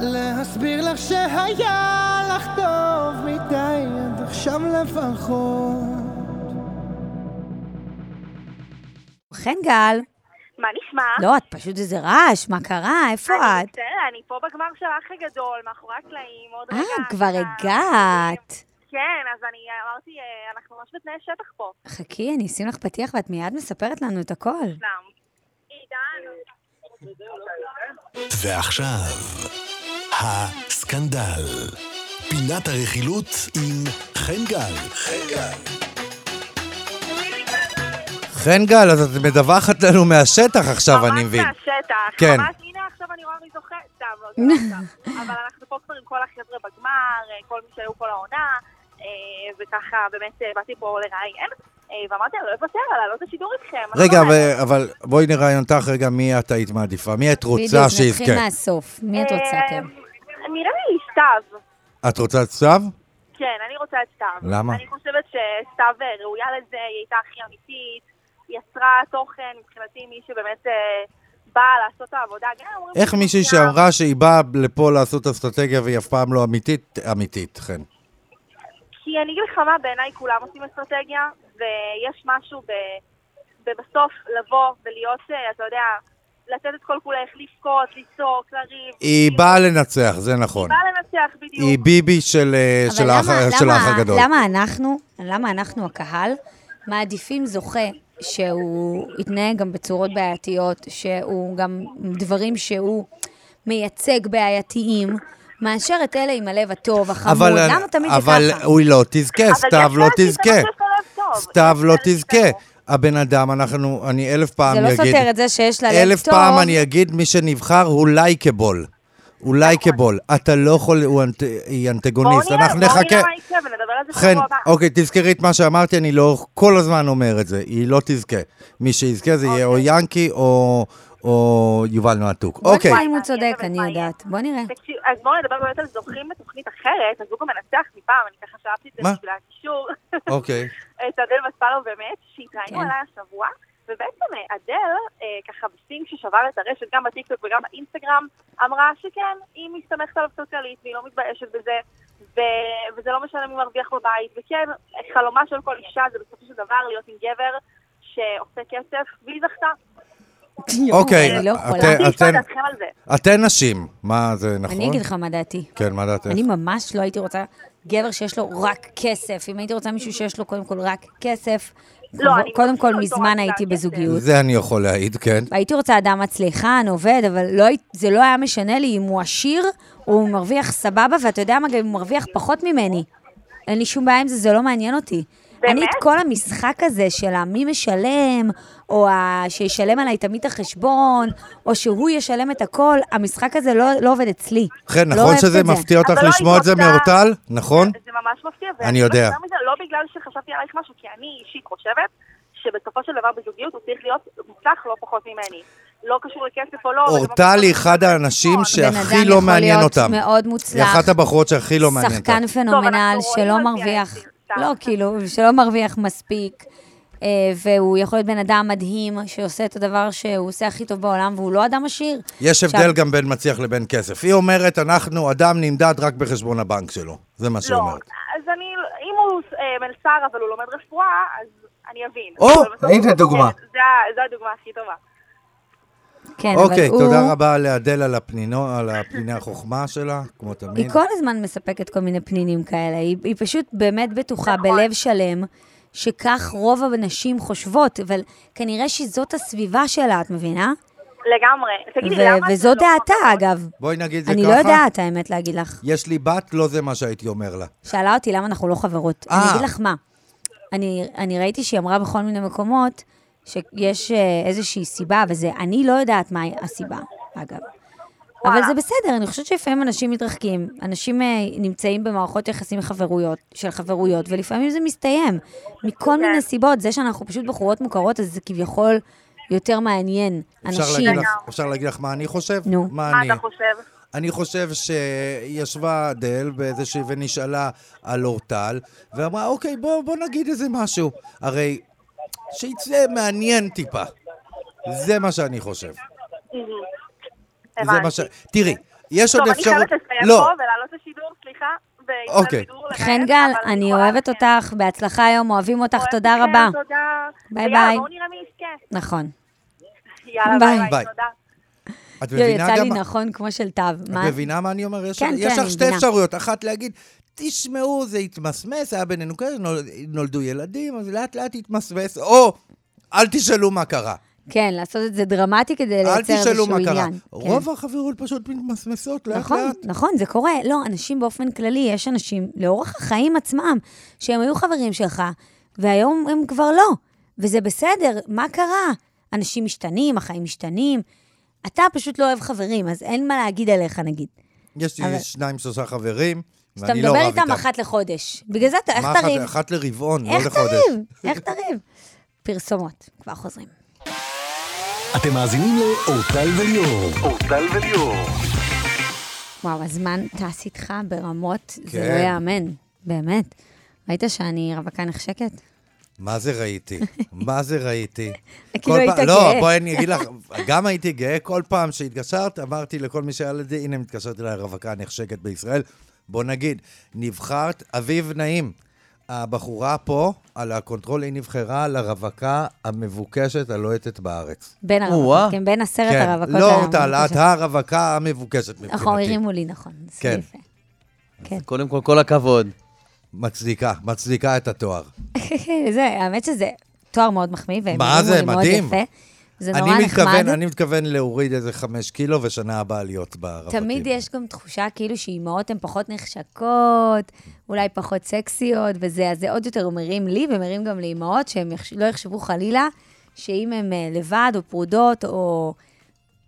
S6: להסביר לך שהיה לך טוב מדי עד עכשיו לפחות
S4: חן גל,
S5: מה נשמע?
S4: לא, את פשוט איזה רעש, מה קרה? איפה
S5: אני
S4: את?
S5: בסדר, אני פה בגמר של האח הגדול, מאחורי הקלעים, עוד רגע.
S4: אה, כבר הגעת.
S5: כן, אז אני אמרתי, אה, אנחנו ממש בתנאי שטח פה.
S4: חכי, אני אשים לך פתיח ואת מיד מספרת לנו את הכל.
S5: סתם. עידן.
S1: ועכשיו, הסקנדל. פינת הרכילות עם חן גל. חן גל.
S3: חן גל, אז את מדווחת לנו מהשטח עכשיו, אני מבין.
S5: ממש מהשטח.
S3: כן.
S5: ממש, הנה עכשיו אני רואה מי זוכה. סתם, לא, זה לא סתם. אבל אנחנו פה כבר עם כל החבר'ה בגמר, אה, כל מי שהיו כל העונה, אה, וככה, באמת, אה, באתי פה לראיין, אה, ואמרתי, אני לא אוותר על לעלות לשידור איתכם. מה
S3: רגע,
S5: זאת אומרת?
S3: אבל- אבל בואי נראיין אותך רגע מי את היית מעדיפה, מי את רוצה כן.
S4: בדיוק, נתחיל
S3: שיזכה.
S4: מהסוף. מי את רוצה, כן?
S5: אה, נראה לי סתיו.
S3: את רוצה את סתיו?
S5: כן, אני רוצה את סתיו.
S3: למה?
S5: אני חושבת שסתיו אה, ראויה לזה, היא הייתה הכי אמיתית, היא יצרה תוכן, מבחינתי מי שבאמת אה, באה לעשות את העבודה. גם אם אומרים
S3: איך
S5: שזה
S3: מישהי
S5: מסוים,
S3: שאמרה שהיא באה לפה לעשות אסטרטגיה והיא אף פעם לא אמיתית, אמיתית, חן.
S5: כי אני אגיד לך מה, בעיניי כולם עושים אסטרטגיה, ויש משהו ב... ובסוף לבוא ולהיות, אה, אתה יודע, לתת את כל כולך, לבכות, לצעוק, לריב.
S3: היא באה לנצח, זה נכון.
S5: באה לנצח, בדיוק.
S3: היא ביבי של אה,
S4: אבל
S3: של
S4: למה-
S3: האח של
S4: למה-
S3: האח הגדול.
S4: למה אנחנו, למה אנחנו, הקהל, מעדיפים זוכה שהוא יתנהג גם בצורות בעייתיות, שהוא גם דברים שהוא מייצג בעייתיים, מאשר את אלה עם הלב הטוב, החמוד,
S3: אבל-
S4: למה תמיד זה
S3: אבל
S4: ככה?
S3: היא לא תזכה,
S5: אבל
S3: סתיו
S5: יש
S3: לא
S5: לה- יש לה
S3: תזכה.
S5: משהו שהוא לב טוב.
S3: סתיו
S5: יש לה
S3: לא
S5: לב
S3: תזכה.
S5: טוב.
S3: הבן אדם, אנחנו, אני אלף פעם
S4: זה
S3: אגיד...
S4: לא סותר את זה שיש לה לב
S3: אלף
S4: טוב.
S3: פעם אני אגיד, מי שנבחר הוא לייקבול.
S5: נכון.
S3: הוא לייקבול. אתה לא יכול, הוא אנט- היא
S5: בואו
S3: אנטגוניסט.
S5: נראה,
S3: אנחנו
S5: בואו נראה
S3: נחכה.
S5: מה יקרה ונדבר על זה
S3: חן,
S5: שבוע הבא.
S3: אוקיי, תזכרי את מה שאמרתי, אני לא כל הזמן אומר את זה. היא לא תזכה. מי שיזכה זה יהיה או
S5: אוקיי.
S3: ינקי או... או יובל נועתוק.
S4: בוא
S3: אוקיי.
S4: נראה אם הוא
S5: מעניין,
S4: צודק,
S5: אבל
S4: אני
S5: מה יהיה?
S4: יודעת. בוא נראה.
S5: תקשיב, אז בואו נדבר באמת על זוכים בתוכנית אחרת, הזוג המנצח מפעם, אני ככה שאלתי את זה
S3: מה?
S5: בשביל הקישור.
S3: אוקיי.
S5: את אדל מספרו באמת, שהתראינו
S4: כן.
S5: עליי השבוע, ובעצם אה, אדל, אה, ככה בסינג ששבר את הרשת גם בטיקטוק וגם באינסטגרם, אמרה שכן, היא מסתמכת עליו סוציאלית והיא לא מתביישת בזה, ו- וזה לא משנה מי מרוויח בבית, וכן, חלומה של כל אישה זה בסופו של דבר להיות עם גבר שעושה כסף, והיא זכתה.
S3: אוקיי,
S4: אני לא יכולה.
S3: אתם-
S5: רציתי לשמוע את
S3: אה, אתן-
S5: דעתכם על זה.
S3: אתן נשים. מה, זה נכון?
S4: אני אגיד לך מה דעתי.
S3: כן, מה דעתך?
S4: אני ממש לא הייתי רוצה גבר שיש לו רק כסף. אם הייתי רוצה מישהו שיש לו קודם כל רק כסף,
S5: לא, אני
S4: קודם כל
S5: ממש לא
S4: מזמן
S5: רוצה
S4: הייתי
S5: כסף.
S4: בזוגיות.
S3: זה אני יכול להעיד, כן.
S4: הייתי רוצה אדם מצליחן, עובד, אבל לא, הי- זה לא היה משנה לי אם הוא עשיר או הוא מרוויח סבבה, ואתה יודע מה, גם אם הוא מרוויח פחות ממני. אין לי שום בעיה עם זה, זה לא מעניין אותי.
S5: באמת?
S4: אני את כל המשחק הזה של המי משלם, או ה... שישלם עליי תמיד את החשבון, או שהוא ישלם את הכל, המשחק הזה לא, לא עובד אצלי.
S3: חן,
S4: לא
S3: נכון
S4: אוהבת
S3: שזה
S4: את זה.
S3: מפתיע אותך
S5: אבל לא
S3: לשמוע את זה
S5: התמודדה.
S3: מאורטל? נכון?
S5: זה ממש מפתיע.
S3: אני יודע.
S5: ואני מזה, לא בגלל שחשבתי עלייך משהו, כי אני אישית חושבת שבסופו של דבר בזוגיות הוא צריך להיות מוצלח לא פחות ממני. לא קשור לכסף או לא. אבל זה
S3: אורטל
S5: ממש-
S3: היא אחד האנשים
S5: נכון,
S3: שהכי לא מעניין אותם.
S4: בן אדם יכול להיות מאוד
S3: היא
S4: מוצלח,
S3: אחת הבחורות שהכי לא מעניין אותם.
S4: שחקן פנומנל
S5: אנחנו רואים
S4: שלא
S5: את זה,
S4: מרוויח,
S5: סתם.
S4: לא, כאילו, שלא מרוויח מספיק, אה, והוא יכול להיות בן אדם מדהים, שעושה את הדבר שהוא עושה הכי טוב בעולם, והוא לא אדם עשיר.
S3: יש
S4: עכשיו-
S3: הבדל גם בין מצליח לבין כסף. היא אומרת, אנחנו, אדם נמדד רק בחשבון הבנק שלו. זה מה שהיא
S5: לא,
S3: אומרת.
S5: אז אני, אם הוא אה, מלצר אבל הוא לומד רפואה, אז אני אבין.
S3: או,
S5: אבל בסוף-
S3: הנה דוגמה.
S5: כן, זה ה- זו הדוגמה הכי טובה.
S4: כן,
S3: אוקיי,
S4: אבל הוא...
S3: תודה רבה לאדל על הפנינו- על הפיני החוכמה שלה, כמו
S4: היא
S3: תמיד.
S4: כל הזמן מספקת כל מיני פנינים כאלה. היא, היא פשוט באמת בטוחה,
S5: נכון.
S4: בלב שלם, שכך רוב הנשים חושבות, אבל כנראה שזאת הסביבה שלה, את מבינה?
S5: לגמרי. תגידי,
S4: ו-
S5: למה... זה
S4: וזו
S5: לא
S4: דעתה,
S5: נכון?
S4: אגב.
S3: בואי נגיד זה ככה.
S4: אני לא יודעת, האמת, להגיד לך.
S3: יש לי בת, לא זה מה שהייתי אומר לה.
S4: שאלה אותי למה אנחנו לא חברות.
S3: אה.
S4: אני אגיד לך מה, אני, אני ראיתי שהיא אמרה בכל מיני מקומות שיש אה, איזושהי סיבה, וזה, אני לא יודעת מה הסיבה, אגב. אבל זה בסדר, אני חושבת שלפעמים אנשים מתרחקים, אנשים אה, נמצאים במערכות יחסים חברויות, של חברויות, ולפעמים זה מסתיים, מכל מיני סיבות. זה שאנחנו פשוט בחורות מוכרות, אז זה כביכול יותר מעניין.
S3: אפשר
S4: אנשים...
S3: להגיד לך- אפשר להגיד לך מה אני חושב?
S4: נו.
S3: מה
S5: מה
S3: אני?
S5: אתה חושב?
S3: אני חושב שישבה אדל באיזושהי ונשאלה על אורטל, ואמרה, אוקיי, בוא, בוא נגיד איזה משהו. הרי שיצא מעניין טיפה. זה מה שאני חושב. זה מה ש...
S5: הבנתי.
S3: תראי, יש
S5: טוב,
S3: עוד
S5: אני
S3: אפשרות...
S5: חייבת לסיים
S3: לא,
S5: פה ולעלות לשידור, סליחה. וישראל
S3: אוקיי.
S5: בידור לרעב,
S4: חן כן, גל,
S5: אבל
S4: אני
S5: יכולה-
S4: אוהבת
S5: כן.
S4: אותך, בהצלחה היום, אוהבים אותך,
S5: אוהבת
S4: תודה
S5: אתכם,
S4: רבה.
S5: תודה.
S4: ביי
S5: ויאללה,
S4: ביי.
S5: בואו נראה מי יזכה.
S4: נכון.
S5: יאללה,
S4: ביי.
S3: ביי.
S5: ביי ביי. תודה.
S3: את
S4: יואי,
S3: מבינה
S4: יצא לי
S3: גם...
S4: נכון כמו של תו.
S3: את מבינה מה אני אומר? יש-
S4: כן,
S3: יש
S4: כן,
S3: לך
S4: אני
S3: שתי
S4: מבינה.
S3: אפשרויות. אחת להגיד, תשמעו, זה התמסמס, היה בינינו כאלה, נול- נולדו ילדים, אז לאט לאט התמסמס, או אל תשאלו מה קרה.
S4: כן, לעשות את זה דרמטי כדי
S3: אל
S4: לייצר איזשהו
S3: תשאלו מה
S4: עניין.
S3: קרה.
S4: כן.
S3: רוב החברות פשוט מתמסמסות לאט
S4: נכון,
S3: לאט.
S4: נכון, זה קורה. לא, אנשים באופן כללי, יש אנשים לאורך החיים עצמם, שהם היו חברים שלך, והיום הם כבר לא. וזה בסדר, מה קרה? אנשים משתנים, החיים משתנים. אתה פשוט לא אוהב חברים, אז אין מה להגיד עליך, נגיד.
S3: יש
S4: אבל-
S3: לי שניים, שלושה חברים,
S4: שאתה
S3: ואני לא רב
S4: מדבר
S3: איתם.
S4: איתם אחת לחודש. בגלל זה אתה, איך
S3: מה אחת-
S4: תריב?
S3: אחת לרבעון, לא
S4: איך
S3: לחודש.
S4: תריב? איך תריב? פרסומות, כבר חוזרים.
S1: אתם מאזינים לאורטל וליאור.
S6: אורטל וליאור.
S4: וואו, הזמן טס איתך ברמות, זה
S3: כן.
S4: לא ייאמן, באמת. ראית שאני רווקה נחשקת?
S3: מה זה ראיתי? מה זה ראיתי?
S4: כאילו
S3: כל
S4: היית
S3: פעם-
S4: גאה.
S3: לא, בואי אני אגיד לך, גם הייתי גאה, כל פעם שהתקשרת, אמרתי לכל מי שהיה לזה, הנה מתקשרת אליי הרווקה הנחשקת בישראל. בוא נגיד, נבחרת, אביב נעים. הבחורה פה, על הקונטרול, היא נבחרה לרווקה המבוקשת הלוהטת בארץ.
S4: בין
S7: או-אה.
S4: הרווקות, כן, בין עשרת
S3: כן,
S4: הרווקות.
S3: לא
S4: ה-
S3: אורטל, את הרווקה המבוקשת מבחינתי.
S4: נכון, הרימו לי, נכון. זה
S3: כן.
S4: יפה. כן.
S7: קודם כל, כל הכבוד.
S3: מצדיקה, מצדיקה את התואר.
S4: כן, זה, האמת שזה תואר מאוד מחמיא, והם
S3: מה
S4: הרימו
S3: זה,
S4: לי מאוד
S3: מדהים.
S4: יפה. זה נורא
S3: אני
S4: נחמד.
S3: מתכוון, אני מתכוון להוריד איזה חמש קילו, ושנה הבאה להיות ברווקים.
S4: תמיד יש גם תחושה כאילו שאימהות הן פחות נחשקות, אולי פחות סקסיות וזה, אז זה עוד יותר מרים לי ומרים גם לאימהות, שהם יחש... לא יחשבו חלילה שאם הן אה, לבד או פרודות או,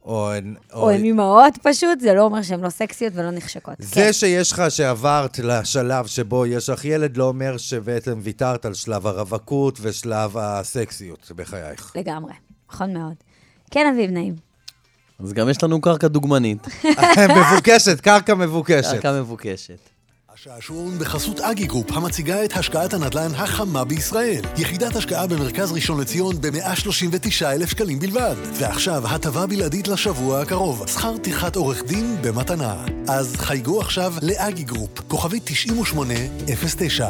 S3: או,
S4: או הן אימהות פשוט, זה לא אומר שהן לא סקסיות ולא נחשקות. כן,
S3: זה שיש לך שעברת לשלב שבו יש לך ילד, לא אומר שבעצם ויתרת על שלב הרווקות ושלב הסקסיות בחייך.
S4: כן, לגמרי, נכון מאוד. כן, אביב נעים.
S7: אז גם יש לנו קרקע דוגמנית.
S3: מבוקשת, קרקע מבוקשת.
S7: קרקע מבוקשת.
S1: השעשועון בחסות אגי גרופ, המציגה את השקעת הנדל"ן החמה בישראל. יחידת השקעה במרכז ראשון לציון ב-139,000 שקלים בלבד. ועכשיו, הטבה בלעדית לשבוע הקרוב, שכר טרחת עורך דין במתנה. אז חייגו עכשיו לאגי גרופ, כוכבית 9809.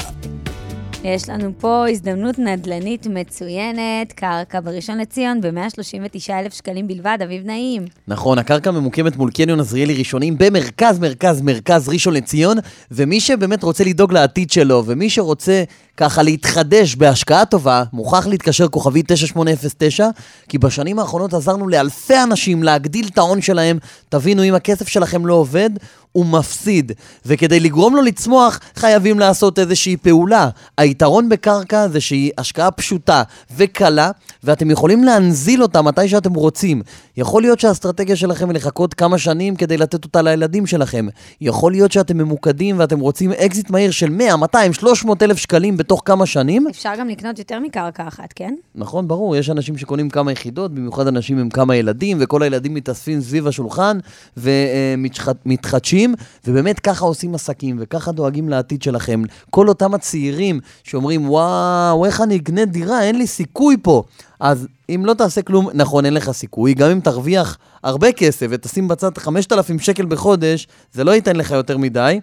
S4: יש לנו פה הזדמנות נדל"נית מצוינת, קרקע בראשון לציון ב-139,000 שקלים בלבד, אביב נעים.
S7: נכון, הקרקע ממוקמת מול קניון עזריאלי ראשונים במרכז, מרכז, מרכז ראשון לציון, ומי שבאמת רוצה לדאוג לעתיד שלו, ומי שרוצה ככה להתחדש בהשקעה טובה, מוכרח להתקשר כוכבי 9809, כי בשנים האחרונות עזרנו לאלפי אנשים להגדיל את ההון שלהם. תבינו, אם הכסף שלכם לא עובד, הוא מפסיד. וכדי לגרום לו לצמוח, חייבים לעשות איזושהי פעולה. היתרון בקרקע זה שהיא השקעה פשוטה וקלה, ואתם יכולים להנזיל אותה מתי שאתם רוצים. יכול להיות שהאסטרטגיה שלכם היא לחכות כמה שנים כדי לתת אותה לילדים שלכם. יכול להיות שאתם ממוקדים ואתם רוצים אקזיט מהיר של 100, 200, 300 אלף שקלים בתוך כמה שנים.
S4: אפשר גם לקנות יותר מקרקע אחת, כן?
S7: נכון, ברור, יש אנשים שקונים כמה יחידות, במיוחד אנשים עם כמה ילדים, וכל הילדים מתאספים סביב השולחן ומתחדשים, ובאמת ככה עושים עסקים, וככה דואגים לעתיד שלכם. כל אותם הצעירים שאומרים, וואו, איך אני אקנה דירה, אין לי סיכוי פה. אז אם לא תעשה כלום, נכון, אין לך סיכוי, גם אם תרוויח הרבה כסף ותשים בצד 5,000 שקל בחודש, זה לא ייתן לך יותר מדי,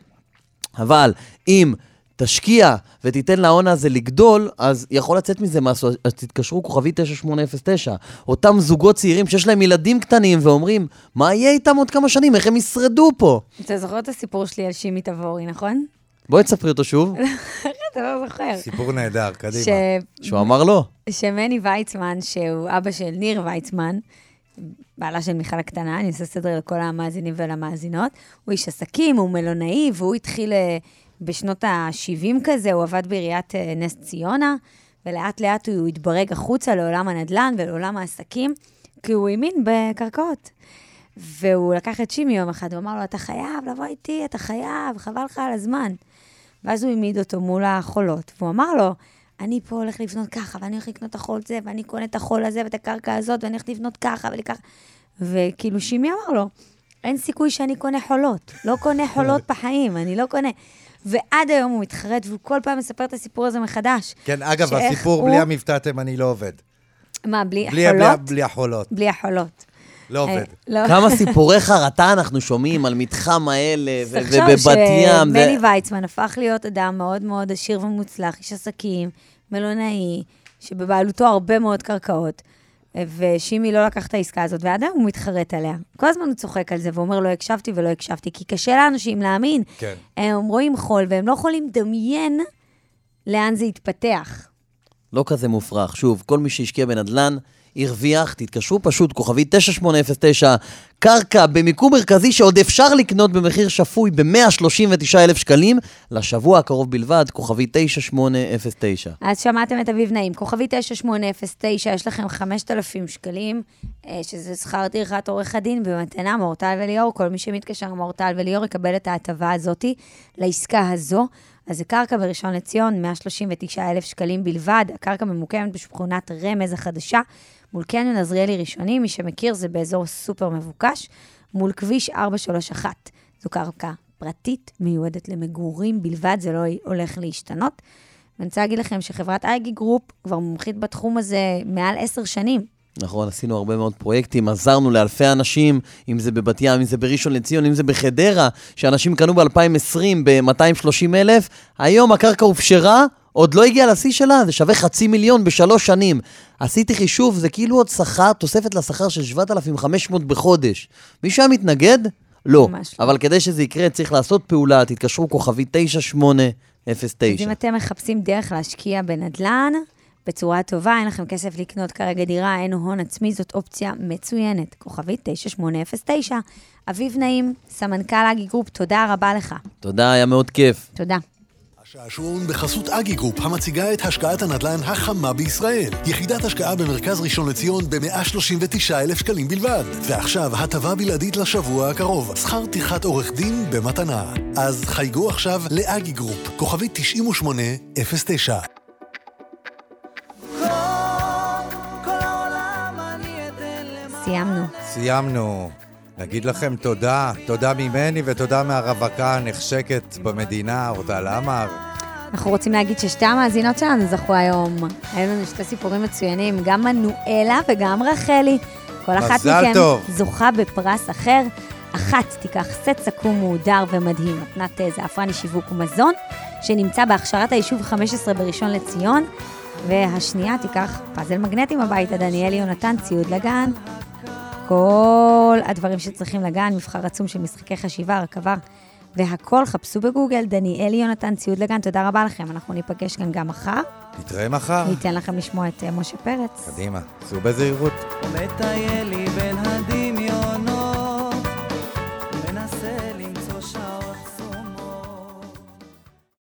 S7: אבל אם... תשקיע ותיתן להון הזה לגדול, אז יכול לצאת מזה משהו. אז תתקשרו כוכבי 9809. אותם זוגות צעירים שיש להם ילדים קטנים ואומרים, מה יהיה איתם עוד כמה שנים? איך הם ישרדו פה?
S4: אתה זוכר את הסיפור שלי על שימי תבורי, נכון?
S7: בואי תספרי אותו שוב,
S4: אתה לא זוכר.
S3: סיפור נהדר, קדימה.
S4: ש-
S7: שהוא אמר לא.
S4: שמני ויצמן, שהוא אבא של ניר ויצמן, בעלה של מיכל הקטנה, אני עושה סדר לכל המאזינים ולמאזינות, הוא איש עסקים, הוא מלונאי, והוא התחיל אה, בשנות ה-70 כזה, הוא עבד בעיריית אה, נס ציונה, ולאט לאט הוא התברג החוצה לעולם הנדל"ן ולעולם העסקים, כי הוא האמין בקרקעות. והוא לקח את שימי יום אחד, הוא אמר לו, אתה חייב לבוא איתי, אתה חייב, חבל לך על הזמן. ואז הוא העמיד אותו מול החולות, והוא אמר לו, אני פה הולך לבנות ככה, ואני הולך לקנות את החול זה, ואני קונה את החול הזה ואת הקרקע הזאת, ואני הולך לבנות ככה וככה. וכאילו שימי אמר לו, אין סיכוי שאני קונה חולות. לא קונה חולות בחיים, אני לא קונה. ועד היום הוא מתחרט, והוא כל פעם מספר את הסיפור הזה מחדש.
S3: כן, אגב,
S4: שאיך
S3: הסיפור
S4: הוא-
S3: בלי המבטא התימני לא עובד.
S4: מה, בלי
S3: בלי-
S4: החולות?
S3: בלי- בלי החולות.
S4: בלי החולות.
S3: לא עובד.
S4: אה, לא.
S7: כמה סיפורי חרטה אנחנו שומעים על מתחם האלה ו-
S4: תחשוב
S7: ובבת ים. ו-
S4: שמני ויצמן הפך להיות אדם מאוד מאוד עשיר ומוצלח, איש עסקים, מלונאי, שבבעלותו הרבה מאוד קרקעות, ושימי לא לקח את העסקה הזאת, ועד היום הוא מתחרט עליה. כל הזמן הוא צוחק על זה ואומר, לא הקשבתי ולא הקשבתי, כי קשה לאנשים להאמין.
S3: כן.
S4: הם רואים חול, והם לא יכולים לדמיין לאן זה יתפתח.
S7: לא כזה מופרך. שוב, כל מי שהשקיע בנדל"ן, הרוויח, תתקשרו פשוט, כוכבי 9809, קרקע במיקום מרכזי שעוד אפשר לקנות במחיר שפוי ב-139,000 שקלים, לשבוע הקרוב בלבד, כוכבי 9809.
S4: אז שמעתם את אביב נעים, כוכבי 9809, יש לכם 5,000 שקלים, אה, שזה שכר טרחת עורך הדין במתנה, מאורטל וליאור, כל מי שמתקשר מאורטל וליאור יקבל את ההטבה הזאתי לעסקה הזו. אז זה קרקע בראשון לציון, 139,000 שקלים בלבד, הקרקע ממוקמת בשכונת רמז החדשה, מול קניון עזריאלי ראשוני, מי שמכיר זה באזור סופר מבוקש, מול כביש 431. זו קרקע פרטית, מיועדת למגורים בלבד, זה לא הולך להשתנות. ואני רוצה להגיד לכם שחברת אייגי גרופ כבר מומחית בתחום הזה מעל עשר שנים.
S7: נכון, עשינו הרבה מאוד פרויקטים, עזרנו לאלפי אנשים, אם זה בבת ים, אם זה בראשון לציון, אם זה בחדרה, שאנשים קנו ב-2020 ב-230 אלף, היום הקרקע הופשרה, עוד לא הגיעה לשיא שלה, זה שווה חצי מיליון בשלוש שנים. עשיתי חישוב, זה כאילו עוד שכר, תוספת לשכר של 7,500 בחודש. מישהו היה מתנגד? לא.
S4: ממש לא.
S7: אבל כדי שזה יקרה, צריך לעשות פעולה, תתקשרו כוכבי 9809.
S4: אז אם אתם מחפשים דרך להשקיע בנדל"ן בצורה טובה, אין לכם כסף לקנות כרגע דירה, אין הון עצמי, זאת אופציה מצוינת. כוכבית 9809. אביב נעים, סמנכ"ל אגי גרופ, תודה רבה לך.
S7: תודה, היה מאוד כיף.
S4: תודה.
S1: השעשועון בחסות אגי גרופ, המציגה את השקעת הנדל"ן החמה בישראל. יחידת השקעה במרכז ראשון לציון ב-139,000 שקלים בלבד. ועכשיו, הטבה בלעדית לשבוע הקרוב, שכר טרחת עורך דין במתנה. אז חייגו עכשיו לאגי גרופ, כוכבית 9809.
S4: סיימנו.
S3: סיימנו. נגיד לכם תודה, תודה ממני ותודה מהרווקה הנחשקת במדינה, אורטל עמר.
S4: אנחנו רוצים להגיד ששתי המאזינות שלנו זכו היום. היו לנו שתי סיפורים מצוינים, גם מנואלה וגם רחלי. כל אחת
S3: מזל
S4: מכן
S3: טוב.
S4: זוכה בפרס אחר. אחת תיקח סט סכו"ם מהודר ומדהים, מתנת אה, זעפרני שיווק ומזון, שנמצא בהכשרת היישוב 15 בראשון לציון, והשנייה תיקח פאזל מגנטים הביתה, דניאל יונתן, ציוד לגן. כל הדברים שצריכים לגן, מבחר עצום של משחקי חשיבה, הרכבה והכל, חפשו בגוגל, דניאל יונתן ציוד לגן, תודה רבה לכם, אנחנו ניפגש כאן גם מחר,
S3: נתראה מחר.
S4: ניתן לכם לשמוע את אה, משה פרץ.
S3: קדימה, סעו בזהירות.
S7: מטייל לי בין הדי